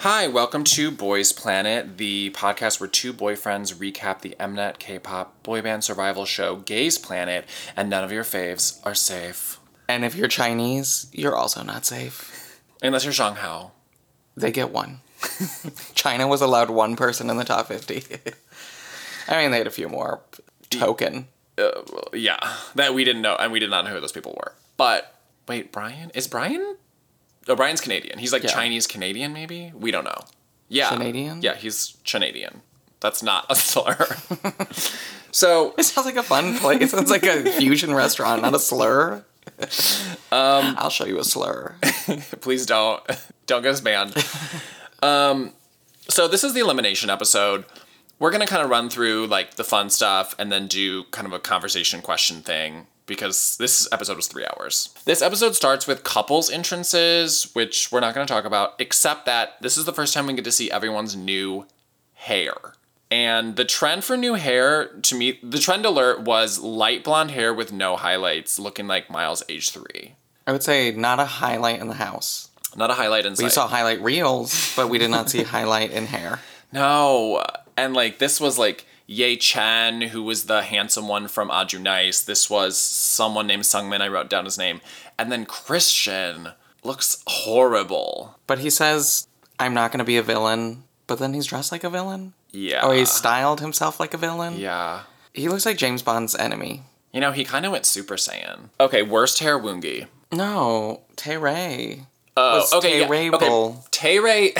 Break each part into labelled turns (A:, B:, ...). A: Hi, welcome to Boys Planet, the podcast where two boyfriends recap the Mnet K-pop boy band survival show Gays Planet, and none of your faves are safe.
B: And if you're Chinese, you're also not safe.
A: Unless you're Zhanghao.
B: They get one. China was allowed one person in the top 50. I mean, they had a few more. Token.
A: Uh, well, yeah, that we didn't know, and we did not know who those people were. But wait, Brian is Brian? Oh, Brian's Canadian. He's like
B: Yeah.
A: Chinese Canadian, maybe. We don't know. Yeah,
B: Canadian?
A: Yeah, he's Canadian. That's not a slur. so
B: It sounds like a fun place. It's like a fusion restaurant, not a slur. Um, I'll show you a slur.
A: please don't don't get us banned um so this is the elimination episode we're gonna kind of run through like the fun stuff and then do kind of a conversation question thing because this episode was three hours this episode starts with couples entrances which we're not gonna talk about except that this is the first time we get to see everyone's new hair and the trend for new hair to me the trend alert was light blonde hair with no highlights looking like miles age three
B: I would say not a highlight in the house.
A: not a highlight in
B: We
A: sight.
B: saw highlight reels, but we did not see highlight in hair.
A: No. And like this was like Ye Chen, who was the handsome one from Aju Nice. This was someone named Sungmin. I wrote down his name. And then Christian looks horrible.
B: But he says, I'm not going to be a villain, but then he's dressed like a villain.
A: Yeah.
B: Oh, he styled himself like a villain.
A: Uh, yeah.
B: He looks like James Bond's enemy.
A: You know, he kind of went Super Saiyan. Okay, worst hair Woongi.
B: No, Tay Ray.
A: Oh,
B: Was
A: okay.
B: Tay Ray
A: yeah. Okay.
B: Bull-
A: Tay Ray.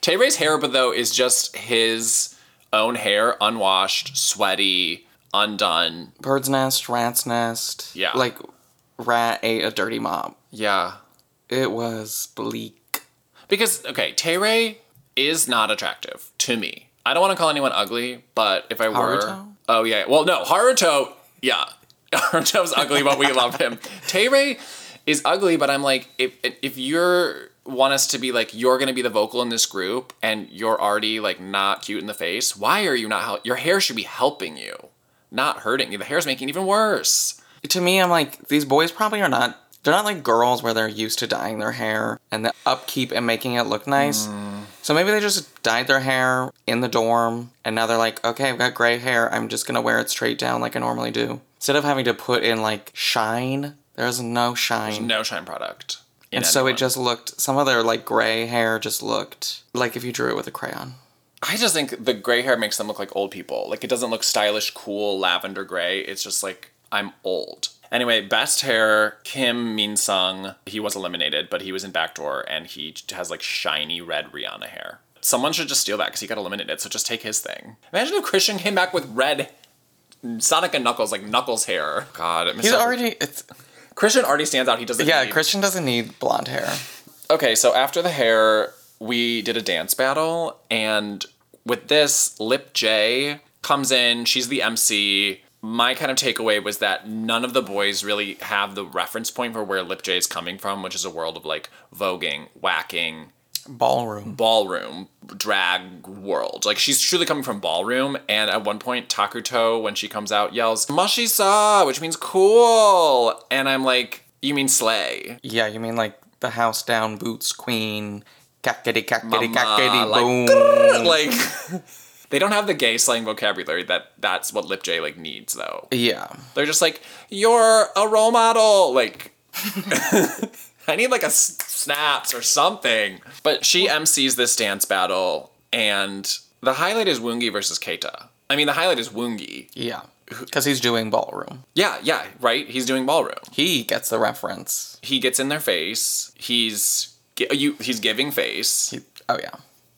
A: Tay Ray's hair, but though, is just his own hair, unwashed, sweaty, undone.
B: Bird's nest, rat's nest.
A: Yeah.
B: Like, rat ate a dirty mop.
A: Yeah.
B: It was bleak.
A: Because okay, Teray is not attractive to me. I don't want to call anyone ugly, but if I were,
B: Haruto?
A: oh yeah, well no, Haruto, yeah, Haruto's ugly, but we love him. Teray is ugly, but I'm like, if if you're want us to be like you're gonna be the vocal in this group and you're already like not cute in the face, why are you not? Hel- Your hair should be helping you, not hurting you. The hair's making it even worse.
B: To me, I'm like, these boys probably are not. They're not like girls where they're used to dyeing their hair and the upkeep and making it look nice. So maybe they just dyed their hair in the dorm and now they're like, okay, I've got gray hair. I'm just going to wear it straight down like I normally do. Instead of having to put in like shine, there's no shine.
A: No shine product. in
B: and so
A: anyone.
B: it just looked, some of their like gray hair just looked like if you drew it with a crayon.
A: I just think the gray hair makes them look like old people. Like it doesn't look stylish, cool, lavender gray. It's just like I'm old. Anyway, best hair Kim Min Sung. He was eliminated, but he was in backdoor, and he has like shiny red Rihanna hair. Someone should just steal that because he got eliminated. So just take his thing. Imagine if Christian came back with red Sonic and Knuckles, like Knuckles hair. God, it
B: He's
A: misses-
B: already, it's,
A: Christian already stands out. He doesn't.
B: yeah,
A: need-
B: Christian doesn't need blonde hair.
A: Okay, so after the hair, we did a dance battle, and with this, Lip J comes in. She's the MC. My kind of takeaway was that none of the boys really have the reference point for where Lip J is coming from, which is a world of like voguing, whacking,
B: Ballroom.
A: ballroom, drag world. Like she's truly coming from ballroom. And at one point, Takuto, when she comes out, yells "Mashisa," which means cool. And I'm like, you mean slay?
B: Yeah, you mean like the house down boots queen, cackety cackety
A: Mama,
B: cackety
A: like,
B: boom. Mm.
A: like they don't have the gay slang vocabulary that that's what lip j like needs though
B: yeah.
A: they're just like you're a role model like i need like a s- snaps or something but she mcs this dance battle and the highlight is woongi versus keita i mean the highlight is woongi
B: Yeah. Because he's doing ballroom.
A: yeah yeah right he's doing ballroom
B: He gets the reference.
A: he gets in their face he's gi- you, he's giving face
B: He, oh, yeah.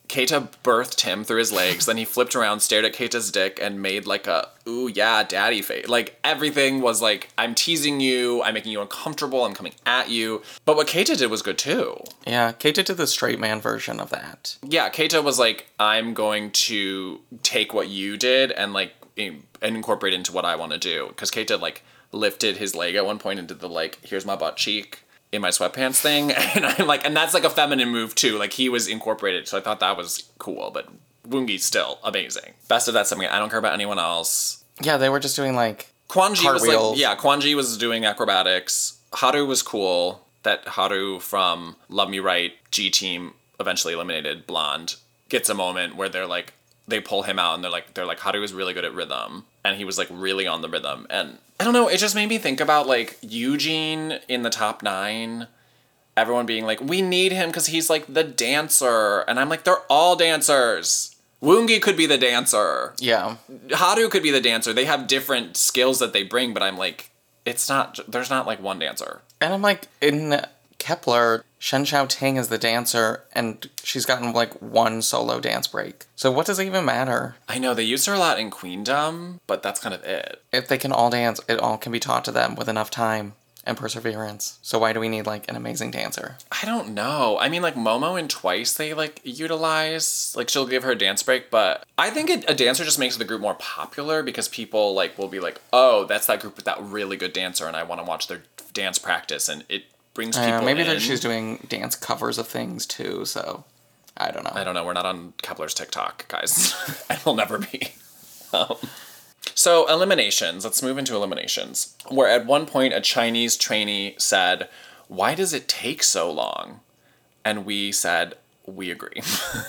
A: Keita birthed him through his legs. then he flipped around, stared at Keita's dick, and made like a "ooh yeah, daddy" face. Like everything was like, "I'm teasing you. I'm making you uncomfortable. I'm coming at you." But what Keita did was good too.
B: Yeah, Keita did the straight man version of that.
A: Yeah, Keita was like, "I'm going to take what you did and like in- and incorporate into what I want to do." Because Keita like lifted his leg at one point and did the like, "Here's my butt cheek." In my sweatpants thing, and I'm like, and that's like a feminine move too. Like he was incorporated, so I thought that was cool. But Woongi's still amazing. Best of that something. I don't care about anyone else.
B: Yeah, they were just doing like,
A: Kwanji was like,
B: Cartwheels.
A: yeah, Kwanji was doing acrobatics. Haru was cool. That Haru from Love Me Right G Team eventually eliminated blonde gets a moment where they're like they pull him out and they're like they're like Haru was really good at rhythm and he was like really on the rhythm and I don't know it just made me think about like Eugene in the top 9 everyone being like we need him cuz he's like the dancer and I'm like they're all dancers Woongi could be the dancer
B: Yeah.
A: Haru could be the dancer they have different skills that they bring but I'm like it's not there's not like one dancer
B: And I'm like, in Kepler, Shen Xiao Ting is the dancer, and she's gotten like one solo dance break. So what does it even matter?
A: I know they used her a lot in Queendom but that's kind of it
B: If they can all dance, it all can be taught to them with enough time and perseverance. So why do we need like an amazing dancer?
A: I don't know. I mean, like Momo and Twice, they like utilize like she'll give her a dance break, but I think it, a dancer just makes the group more popular because people like will be like, oh, that's that group with that really good dancer, and I want to watch their dance practice, and it brings people.
B: Uh, maybe
A: in.
B: that she's doing dance covers of things too. So I don't know.
A: I don't know. We're not on Kepler's TikTok, guys, and we'll never be. Um, so eliminations. Let's move into eliminations. Where at one point a Chinese trainee said, "Why does it take so long?" And we said, "We agree."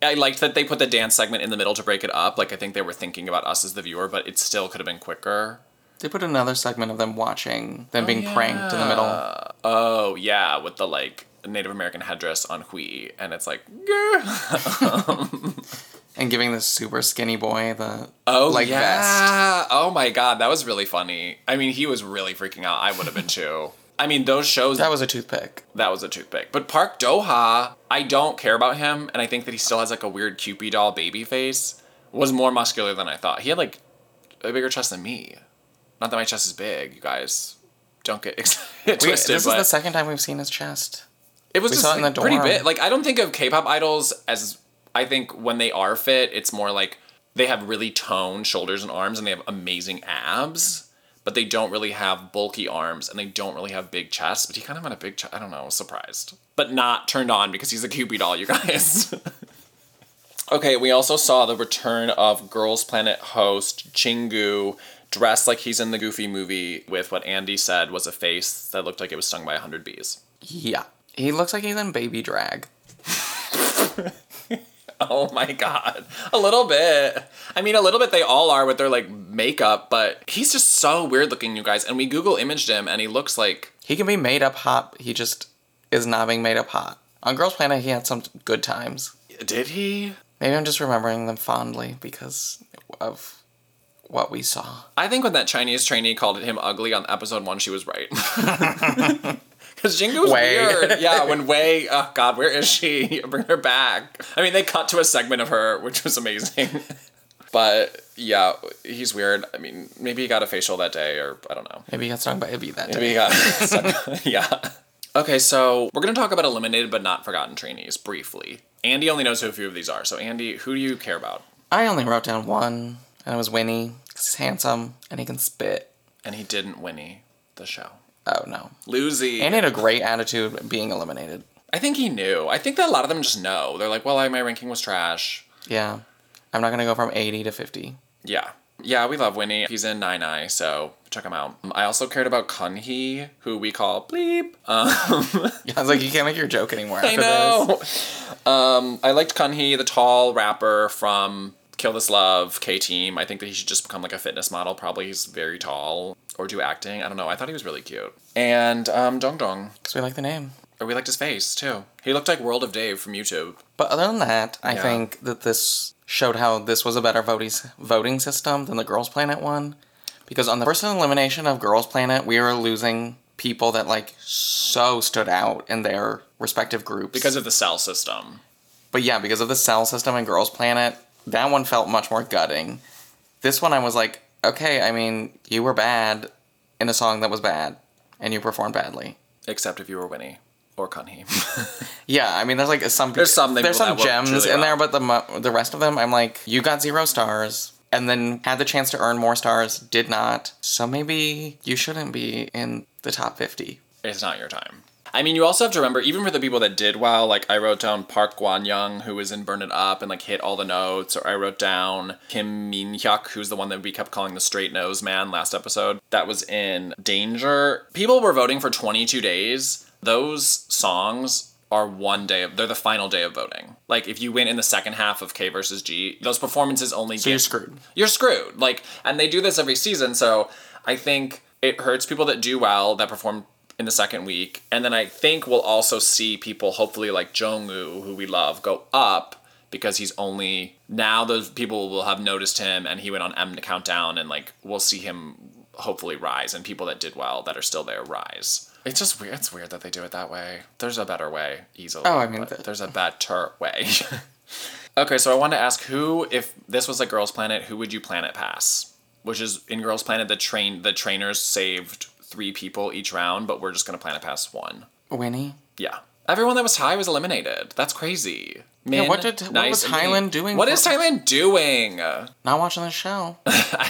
A: I liked that they put the dance segment in the middle to break it up. Like I think they were thinking about us as the viewer, but it still could have been quicker.
B: They put another segment of them watching them being pranked in the middle.
A: Oh yeah, with the like Native American headdress on Hui, and it's like, "Grr."
B: and giving this super skinny boy the
A: Oh
B: like vest.
A: yeah. Oh my god, that was really funny. I mean, he was really freaking out. I would have been too. I mean, those shows
B: That was a toothpick.
A: that was a toothpick. But Park Doha, I don't care about him, and I think that he still has like a weird Cupid doll baby face. Was more muscular than I thought. He had like a bigger chest than me. Not that my chest is big, you guys. Don't get excited.
B: We-
A: twisted,
B: this
A: but
B: is the second time we've seen his chest.
A: it was
B: we
A: just
B: saw it in
A: like,
B: the
A: pretty
B: dorm.
A: big. Like I don't think of K-pop idols as I think when they are fit, it's more like they have really toned shoulders and arms, and they have amazing abs, but they don't really have bulky arms, and they don't really have big chests. But he kind of had a big chest. I don't know. I was surprised, but not turned on because he's a Cupid doll, you guys. okay, we also saw the return of Girls Planet host Chingu. Dressed like he's in the Goofy movie with what Andy said was a face that looked like it was stung by 100 bees.
B: Yeah. He looks like he's in baby drag.
A: Oh my god. A little bit. I mean, a little bit they all are with their like makeup, but he's just so weird looking, you guys. And we Google imaged him and he looks like
B: He can be made up hot. He just is not being made up hot. On Girls Planet, he had some good times.
A: did he?
B: Maybe I'm just remembering them fondly because of what we saw.
A: I think when that Chinese trainee called him ugly on episode one, she was right. Because Jingu's
B: Wei.
A: weird. Yeah, when Wei, oh God, where is she? Bring her back. I mean, they cut to a segment of her, which was amazing. but yeah, he's weird. I mean, maybe he got a facial that day, or I don't know.
B: Maybe he got stung by a bee that day.
A: We got yeah. Okay, so we're gonna talk about eliminated but not forgotten trainees briefly. Andy only knows who a few of these are. So Andy, who do you care about?
B: I only wrote down one, and it was Winnie 'cause he's handsome and he can spit.
A: And he didn't Winnie the show.
B: Oh no.
A: Lucy.
B: And he had a great attitude being eliminated.
A: I think he knew. I think that a lot of them just know. They're like, well, I, my ranking was trash.
B: Yeah. I'm not gonna go from 80 to 50.
A: Yeah. Yeah, we love Winnie. He's in Nine Eye, so check him out. I also cared about Kunhee, who we call Bleep.
B: I was like, you can't make your joke anymore.
A: I
B: After This.
A: know. Um, I liked Kunhee, the tall rapper from Kill This Love, K Team. I think that he should just become like a fitness model. Probably he's very tall or do acting. I don't know. I thought he was really cute. And um, Dong Dong.
B: Because we like the name.
A: Or we liked his face too. He looked like World of Dave from YouTube.
B: But other than that, I
A: Yeah.
B: think that this showed how this was a better voties, voting system than the Girls Planet one. Because on the first elimination of Girls Planet, we were losing people that like so stood out in their respective groups.
A: Because of the cell system.
B: but yeah, because of the cell system in Girls Planet, that one felt much more gutting. This one I was like, okay, I mean, you were bad in a song that was bad, and you performed badly.
A: Except if you were Winnie or Kunhee.
B: Yeah, I mean, there's like some
A: There's some they-
B: there's
A: that
B: some
A: work
B: gems
A: really
B: in there,
A: well.
B: but the mo- the rest of them, I'm like, you got zero stars, and then had the chance to earn more stars, did not. So maybe you shouldn't be in the top fifty.
A: it's not your time. I mean, you also have to remember, even for the people that did well, like I wrote down Park Gwan Young, who was in Burn It Up and like hit all the notes, or I wrote down Kim Min Hyuk, who's the one that we kept calling the straight nose man last episode, that was in Danger. People were voting for 22 days. Those songs are one day of they're the final day of voting. Like if you win in the second half of K versus G, those performances only
B: So you're screwed.
A: you're screwed. Like, and they do this every season, so I think it hurts people that do well that perform in the second week, and then I think we'll also see people, hopefully like Jongwoo, who we love, go up because he's only now those people will have noticed him, and he went on M to Countdown, and like we'll see him hopefully rise, and people that did well that are still there rise. It's just weird. It's weird that they do it that way. There's a better way, easily.
B: Oh, I mean,
A: but
B: the-
A: there's a better way. Okay, so I wanted to ask who, if this was a girls' planet, who would you planet pass? Which is in girls' planet, the train the trainers saved three people each round, but we're just gonna planet pass one.
B: Winnie.
A: Yeah, everyone that was high was eliminated. That's crazy. Min,
B: what did- what was
A: and Lee.
B: Thailand doing
A: What
B: for-
A: is Thailand doing? Uh,
B: Not watching the show.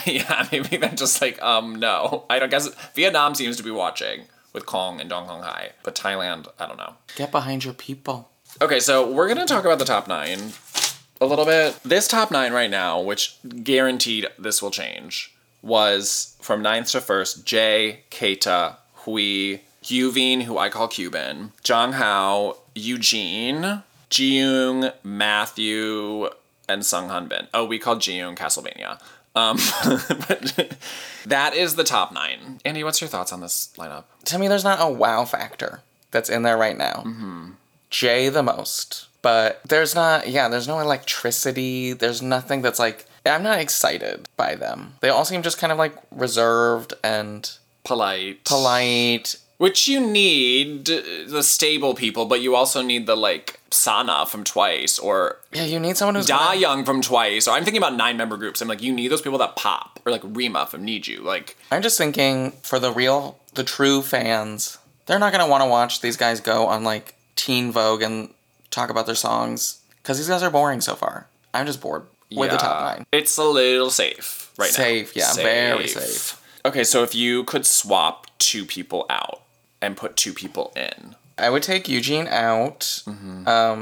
A: yeah, maybe they're just like, um, no. I don't guess Vietnam seems to be watching with Kong and Dong Hong Hai, but Thailand, I don't know.
B: Get behind your people.
A: Okay, so we're gonna talk about the top nine a little bit. This top nine right now, which guaranteed this will change, was from ninth to first Jay, Keita, Hui, Yuvin, who I call Cuban, Jong Hao, Eugene, Jiyoung, Matthew, and Sung Hunbin. Oh, we called Jiyoung Castlevania. Um, but that is the top nine. Andy, what's your thoughts on this lineup?
B: to me, there's not a wow factor that's in there right now.
A: Mm-hmm.
B: Jay the most, but there's not. Yeah, there's no electricity. There's nothing that's like. I'm not excited by them. They all seem just kind of like reserved and
A: Polite.
B: polite.
A: Which you need uh, the stable people, but you also need the like Sana from Twice or
B: Yeah, you need someone who's
A: Da
B: gonna-
A: Young from Twice. Or I'm thinking about nine member groups. I'm like, you need those people that pop or like Rima from Need You. Like,
B: I'm just thinking for the real, the true fans. They're not gonna want to watch these guys go on like Teen Vogue and talk about their songs because these guys are boring so far. I'm just bored with the top
A: yeah,
B: nine.
A: It's a little safe right
B: Safe,
A: now.
B: yeah, very safe.
A: Okay, so if you could swap two people out and put two people in,
B: I would take Eugene out because
A: Mm-hmm.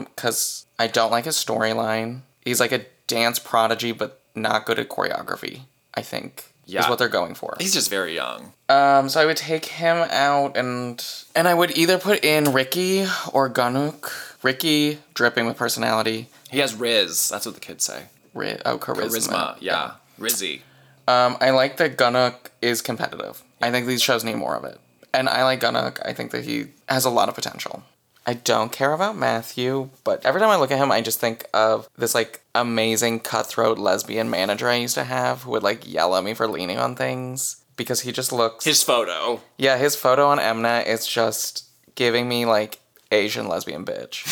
B: I don't like his storyline. He's like a dance prodigy, but not good at choreography. I think is
A: Yeah.
B: what they're going for.
A: he's just very young.
B: Um, so I would take him out, and and I would either put in Ricky or Ganuk. Ricky dripping with personality,
A: He has Riz. That's what the kids say.
B: ri- oh charisma.
A: Rizma. Yeah. Rizzy.
B: Um, I like that Ganuk is competitive. I think these shows need more of it, and I like Ganuk. I think that he has a lot of potential. I don't care about Matthew, but every time I look at him, I just think of this like amazing cutthroat lesbian manager I used to have who would like yell at me for leaning on things because he just looks.
A: His photo.
B: Yeah, his photo on Mnet is just giving me like Asian lesbian bitch.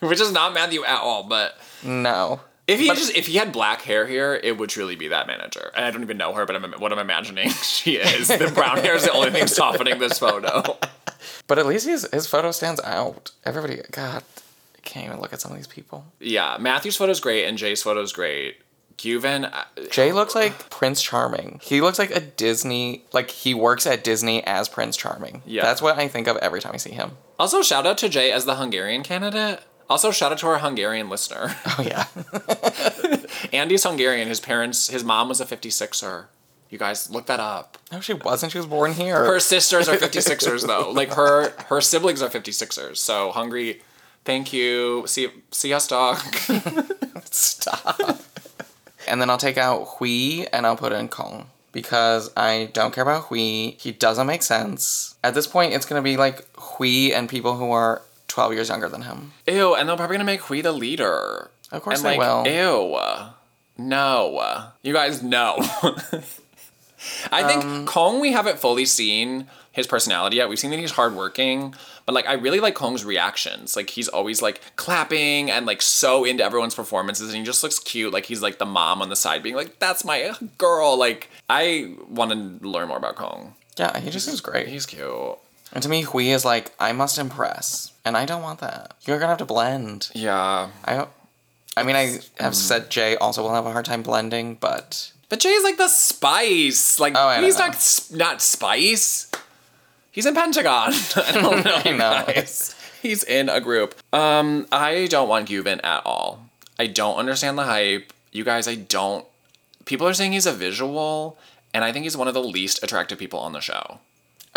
A: Which is not Matthew at all, but
B: No.
A: If he just if he had black hair here, it would truly be that manager. And I don't even know her, but I'm, what I'm imagining she is. The brown hair is the only thing softening this photo.
B: But at least his, his photo stands out. Everybody, God, I can't even look at some of these people.
A: Yeah, Matthew's photo's great and Jay's photo's great. Cuban, uh,
B: Jay looks like Prince Charming. He looks like a Disney, like he works at Disney as Prince Charming.
A: Yeah.
B: That's what I think of every time I see him.
A: also shout out to Jay as the Hungarian candidate. Also shout out to our Hungarian listener.
B: Oh, yeah.
A: Andy's Hungarian. His parents, his mom was a 56er. You guys look that up.
B: no, she wasn't. She was born here.
A: Her sisters are 56ers though. Like her her siblings are 56ers. So Hungary, thank you. See see us dog.
B: Stop. and then I'll take out Hui and I'll put in Kong because I don't care about Hui. He doesn't make sense. At this point, it's gonna be like Hui and people who are 12 years younger than him.
A: Ew, and they're probably gonna make Hui the leader.
B: Of course
A: and like,
B: they will.
A: Ew. No. You guys know. I think
B: Um,
A: Kong, we haven't fully seen his personality yet. We've seen that he's hardworking, but like I really like Kong's reactions. Like he's always like clapping and like so into everyone's performances, and he just looks cute. Like he's like the mom on the side being like, "That's my girl." Like I want to learn more about Kong.
B: Yeah, he just seems great.
A: He's cute.
B: And to me, Hui is like, I must impress. And I don't want that. You're gonna have to blend.
A: Yeah.
B: I, I mean, I have said Jay also will have a hard time blending, but
A: But Jay's like the spice. Like
B: Oh, I don't
A: he's
B: know.
A: not s- not spice. He's in Pentagon. I don't know.
B: I know.
A: guys. He's in a group. Um, I don't want Gubin at all. I don't understand the hype. You guys, I don't. People are saying he's a visual, and I think he's one of the least attractive people on the show.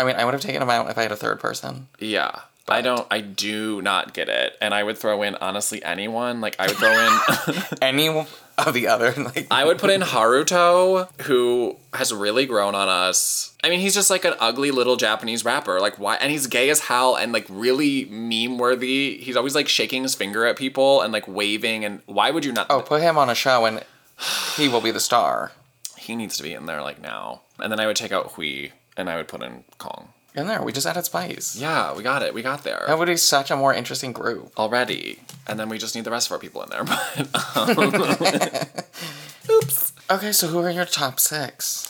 B: I mean, I would have taken him out if I had a third person.
A: Yeah. I don't. I do not get it. And I would throw in honestly anyone. Like I would throw in.
B: Any of the other, like
A: I would put in Haruto, who has really grown on us. I mean, he's just like an ugly little Japanese rapper. Like why? And he's gay as hell and like really meme worthy. He's always like shaking his finger at people and like waving. And why would you not?
B: oh, put him on a show and he will be the star.
A: He needs to be in there like now. And then I would take out Hui and I would put in Kong.
B: In there, we just added Spice.
A: Yeah, we got it. We got there.
B: That would be such a more interesting group.
A: already, and then we just need the rest of our people in there. But
B: Okay, so who are your top six?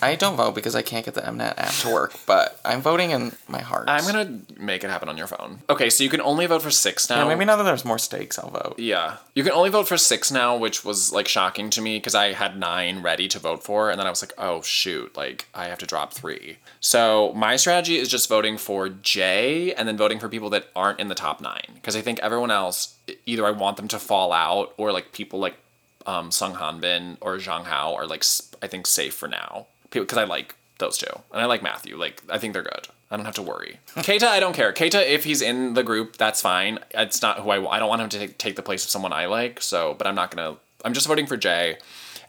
B: I don't vote because I can't get the Mnet app to work, but I'm voting in my heart.
A: I'm gonna make it happen on your phone. Okay, so you can only vote for six now.
B: Yeah, maybe now that there's more stakes, I'll vote.
A: Yeah. you can only vote for six now, which was like shocking to me because I had nine ready to vote for, and then I was like, oh shoot, like I have to drop three. So my strategy is just voting for J and then voting for people that aren't in the top nine because I think everyone else e- either I want them to fall out or like people like um, Sung Hanbin or Zhang Hao are like s- I think safe for now because I like those two and I like Matthew. Like I think they're good. I don't have to worry. Keita, I don't care. Keita, if he's in the group, that's fine. It's not who I. wa- I don't want him to take, take the place of someone I like. So, but I'm not gonna. I'm just voting for Jay,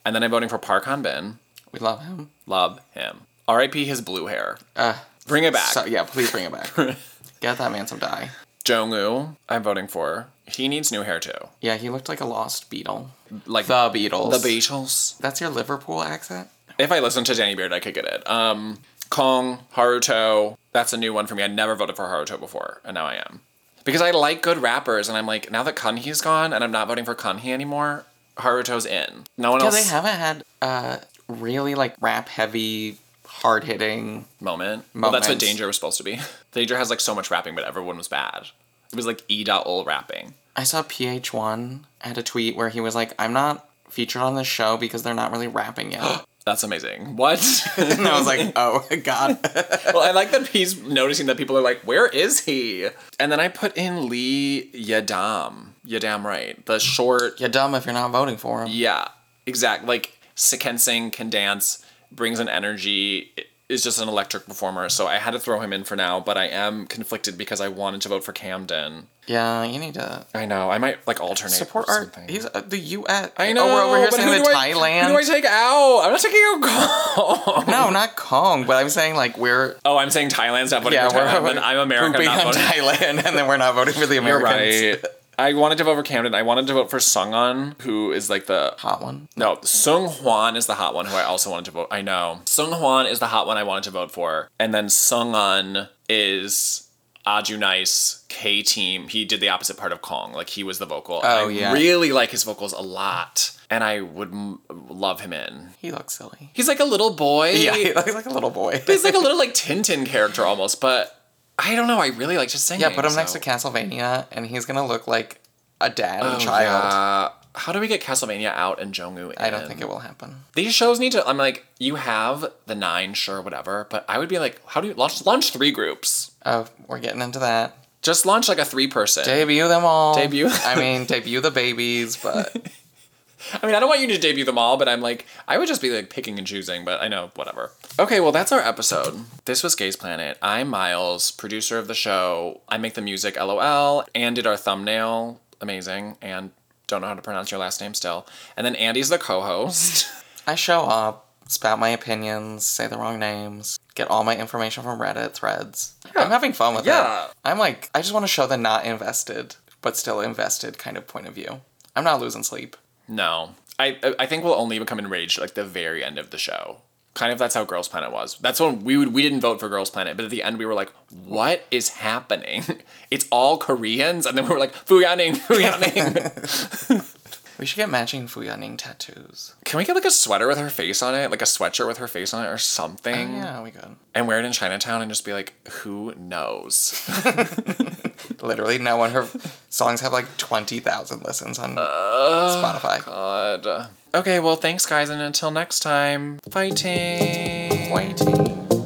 A: and then I'm voting for Park Han Bin.
B: We love him.
A: Love him. R.I.P. His blue hair.
B: Uh,
A: Bring it back.
B: so yeah, please bring it back. get that man some dye.
A: Jongwoo, I'm voting for. He needs new hair too.
B: Yeah, he looked like a lost beetle.
A: Like
B: The Beatles.
A: the Beatles.
B: That's your Liverpool accent?
A: If I listened to Danny Beard, I could get it. Um, Kong, Haruto. That's a new one for me. I never voted for Haruto before, and now I am. Because I like good rappers, and I'm like, now that Kanhi's gone, and I'm not voting for Kanhi anymore, Haruto's in. No one
B: Yeah, they
A: else
B: haven't had uh really like rap heavy, hard hitting.
A: moment. Well, that's what
B: Moments.
A: Danger was supposed to be. Danger has like so much rapping, but everyone was bad. It was like E.Ol rapping.
B: I saw PH1 had a tweet where he was like, I'm not featured on this show because they're not really rapping yet.
A: That's amazing. What?
B: and I was like, oh, God.
A: well, I like that he's noticing that people are like, where is he? And then I put in Lee Yadam. Yadam, right? The short
B: You're dumb if you're not voting for him.
A: Yeah, exactly. Like Siken Singh can dance, brings an energy, i- is just an electric performer. So I had to throw him in for now, but I am conflicted because I wanted to vote for Camden.
B: Yeah, you need to
A: I know. I might like alternate.
B: support
A: or
B: our.
A: something.
B: He's uh, the U.S.
A: I know.
B: Oh, we're over here
A: but
B: saying
A: who
B: that
A: do I-
B: Thailand.
A: Who do I take out? I'm not taking out Kong.
B: no, not Kong, but I'm saying like we're.
A: Oh, I'm saying Thailand's not voting
B: Yeah,
A: for Thailand.
B: we're
A: but I'm American.
B: pooping
A: not
B: on
A: voting.
B: Thailand, and then we're not voting for the
A: You're
B: Americans.
A: right. I wanted to vote for Camden. I wanted to vote for Sungun, who is like the
B: Hot one.
A: No, Sung Hwan is the hot one who I also wanted to vote. I know. Sung Hwan is the hot one I wanted to vote for. And then Sung Un is Aju Nice K Team. He did the opposite part of Kong. Like he was the vocal.
B: Oh,
A: I
B: yeah.
A: really like his vocals a lot. And I would m- love him in.
B: He looks silly.
A: He's like a little boy.
B: Yeah, he looks like a little boy.
A: He's like a little like Tintin character almost, but I don't know. I really like to sing.
B: Yeah, put him next to Castlevania, and he's gonna look like a dad
A: Child.
B: and child.
A: Oh, How do we get Castlevania out and Jongu in?
B: I don't think it will happen.
A: these shows need to i'm like you have the nine sure whatever but i would be like how do you launch launch three groups
B: Oh, we're getting into that.
A: just launch like a three person
B: Debut them all.
A: Debut.
B: I mean, debut the babies, but
A: i mean i don't want you to debut them all but i'm like i would just be like picking and choosing but i know whatever okay well that's our episode this was gays planet i'm miles producer of the show i make the music lol and did our thumbnail amazing and don't know how to pronounce your last name still and then andy's the co-host
B: I show up, spout my opinions, say the wrong names, get all my information from Reddit threads. I'm having fun with
A: Yeah.
B: it. I'm like, I just want to show the not invested, but still invested kind of point of view. I'm not losing sleep.
A: No, I I- I think we'll only become enraged like the very end of the show. Kind of that's how Girls Planet was. That's when we would we didn't vote for Girls Planet, but at the end we were like, what is happening? It's all Koreans, and then we were like, Fuyaning, Fuyaning.
B: We should get matching Fuyaning tattoos.
A: Can we get like a sweater with her face on it, like a sweatshirt with her face on it, or something,
B: Oh, Yeah, we good.
A: and wear it in Chinatown and just be like, who knows?
B: Literally, no one. Her songs have like 20,000 listens on Spotify.
A: Uh, God. Okay, well thanks guys, and until next time, fighting.
B: Waiting.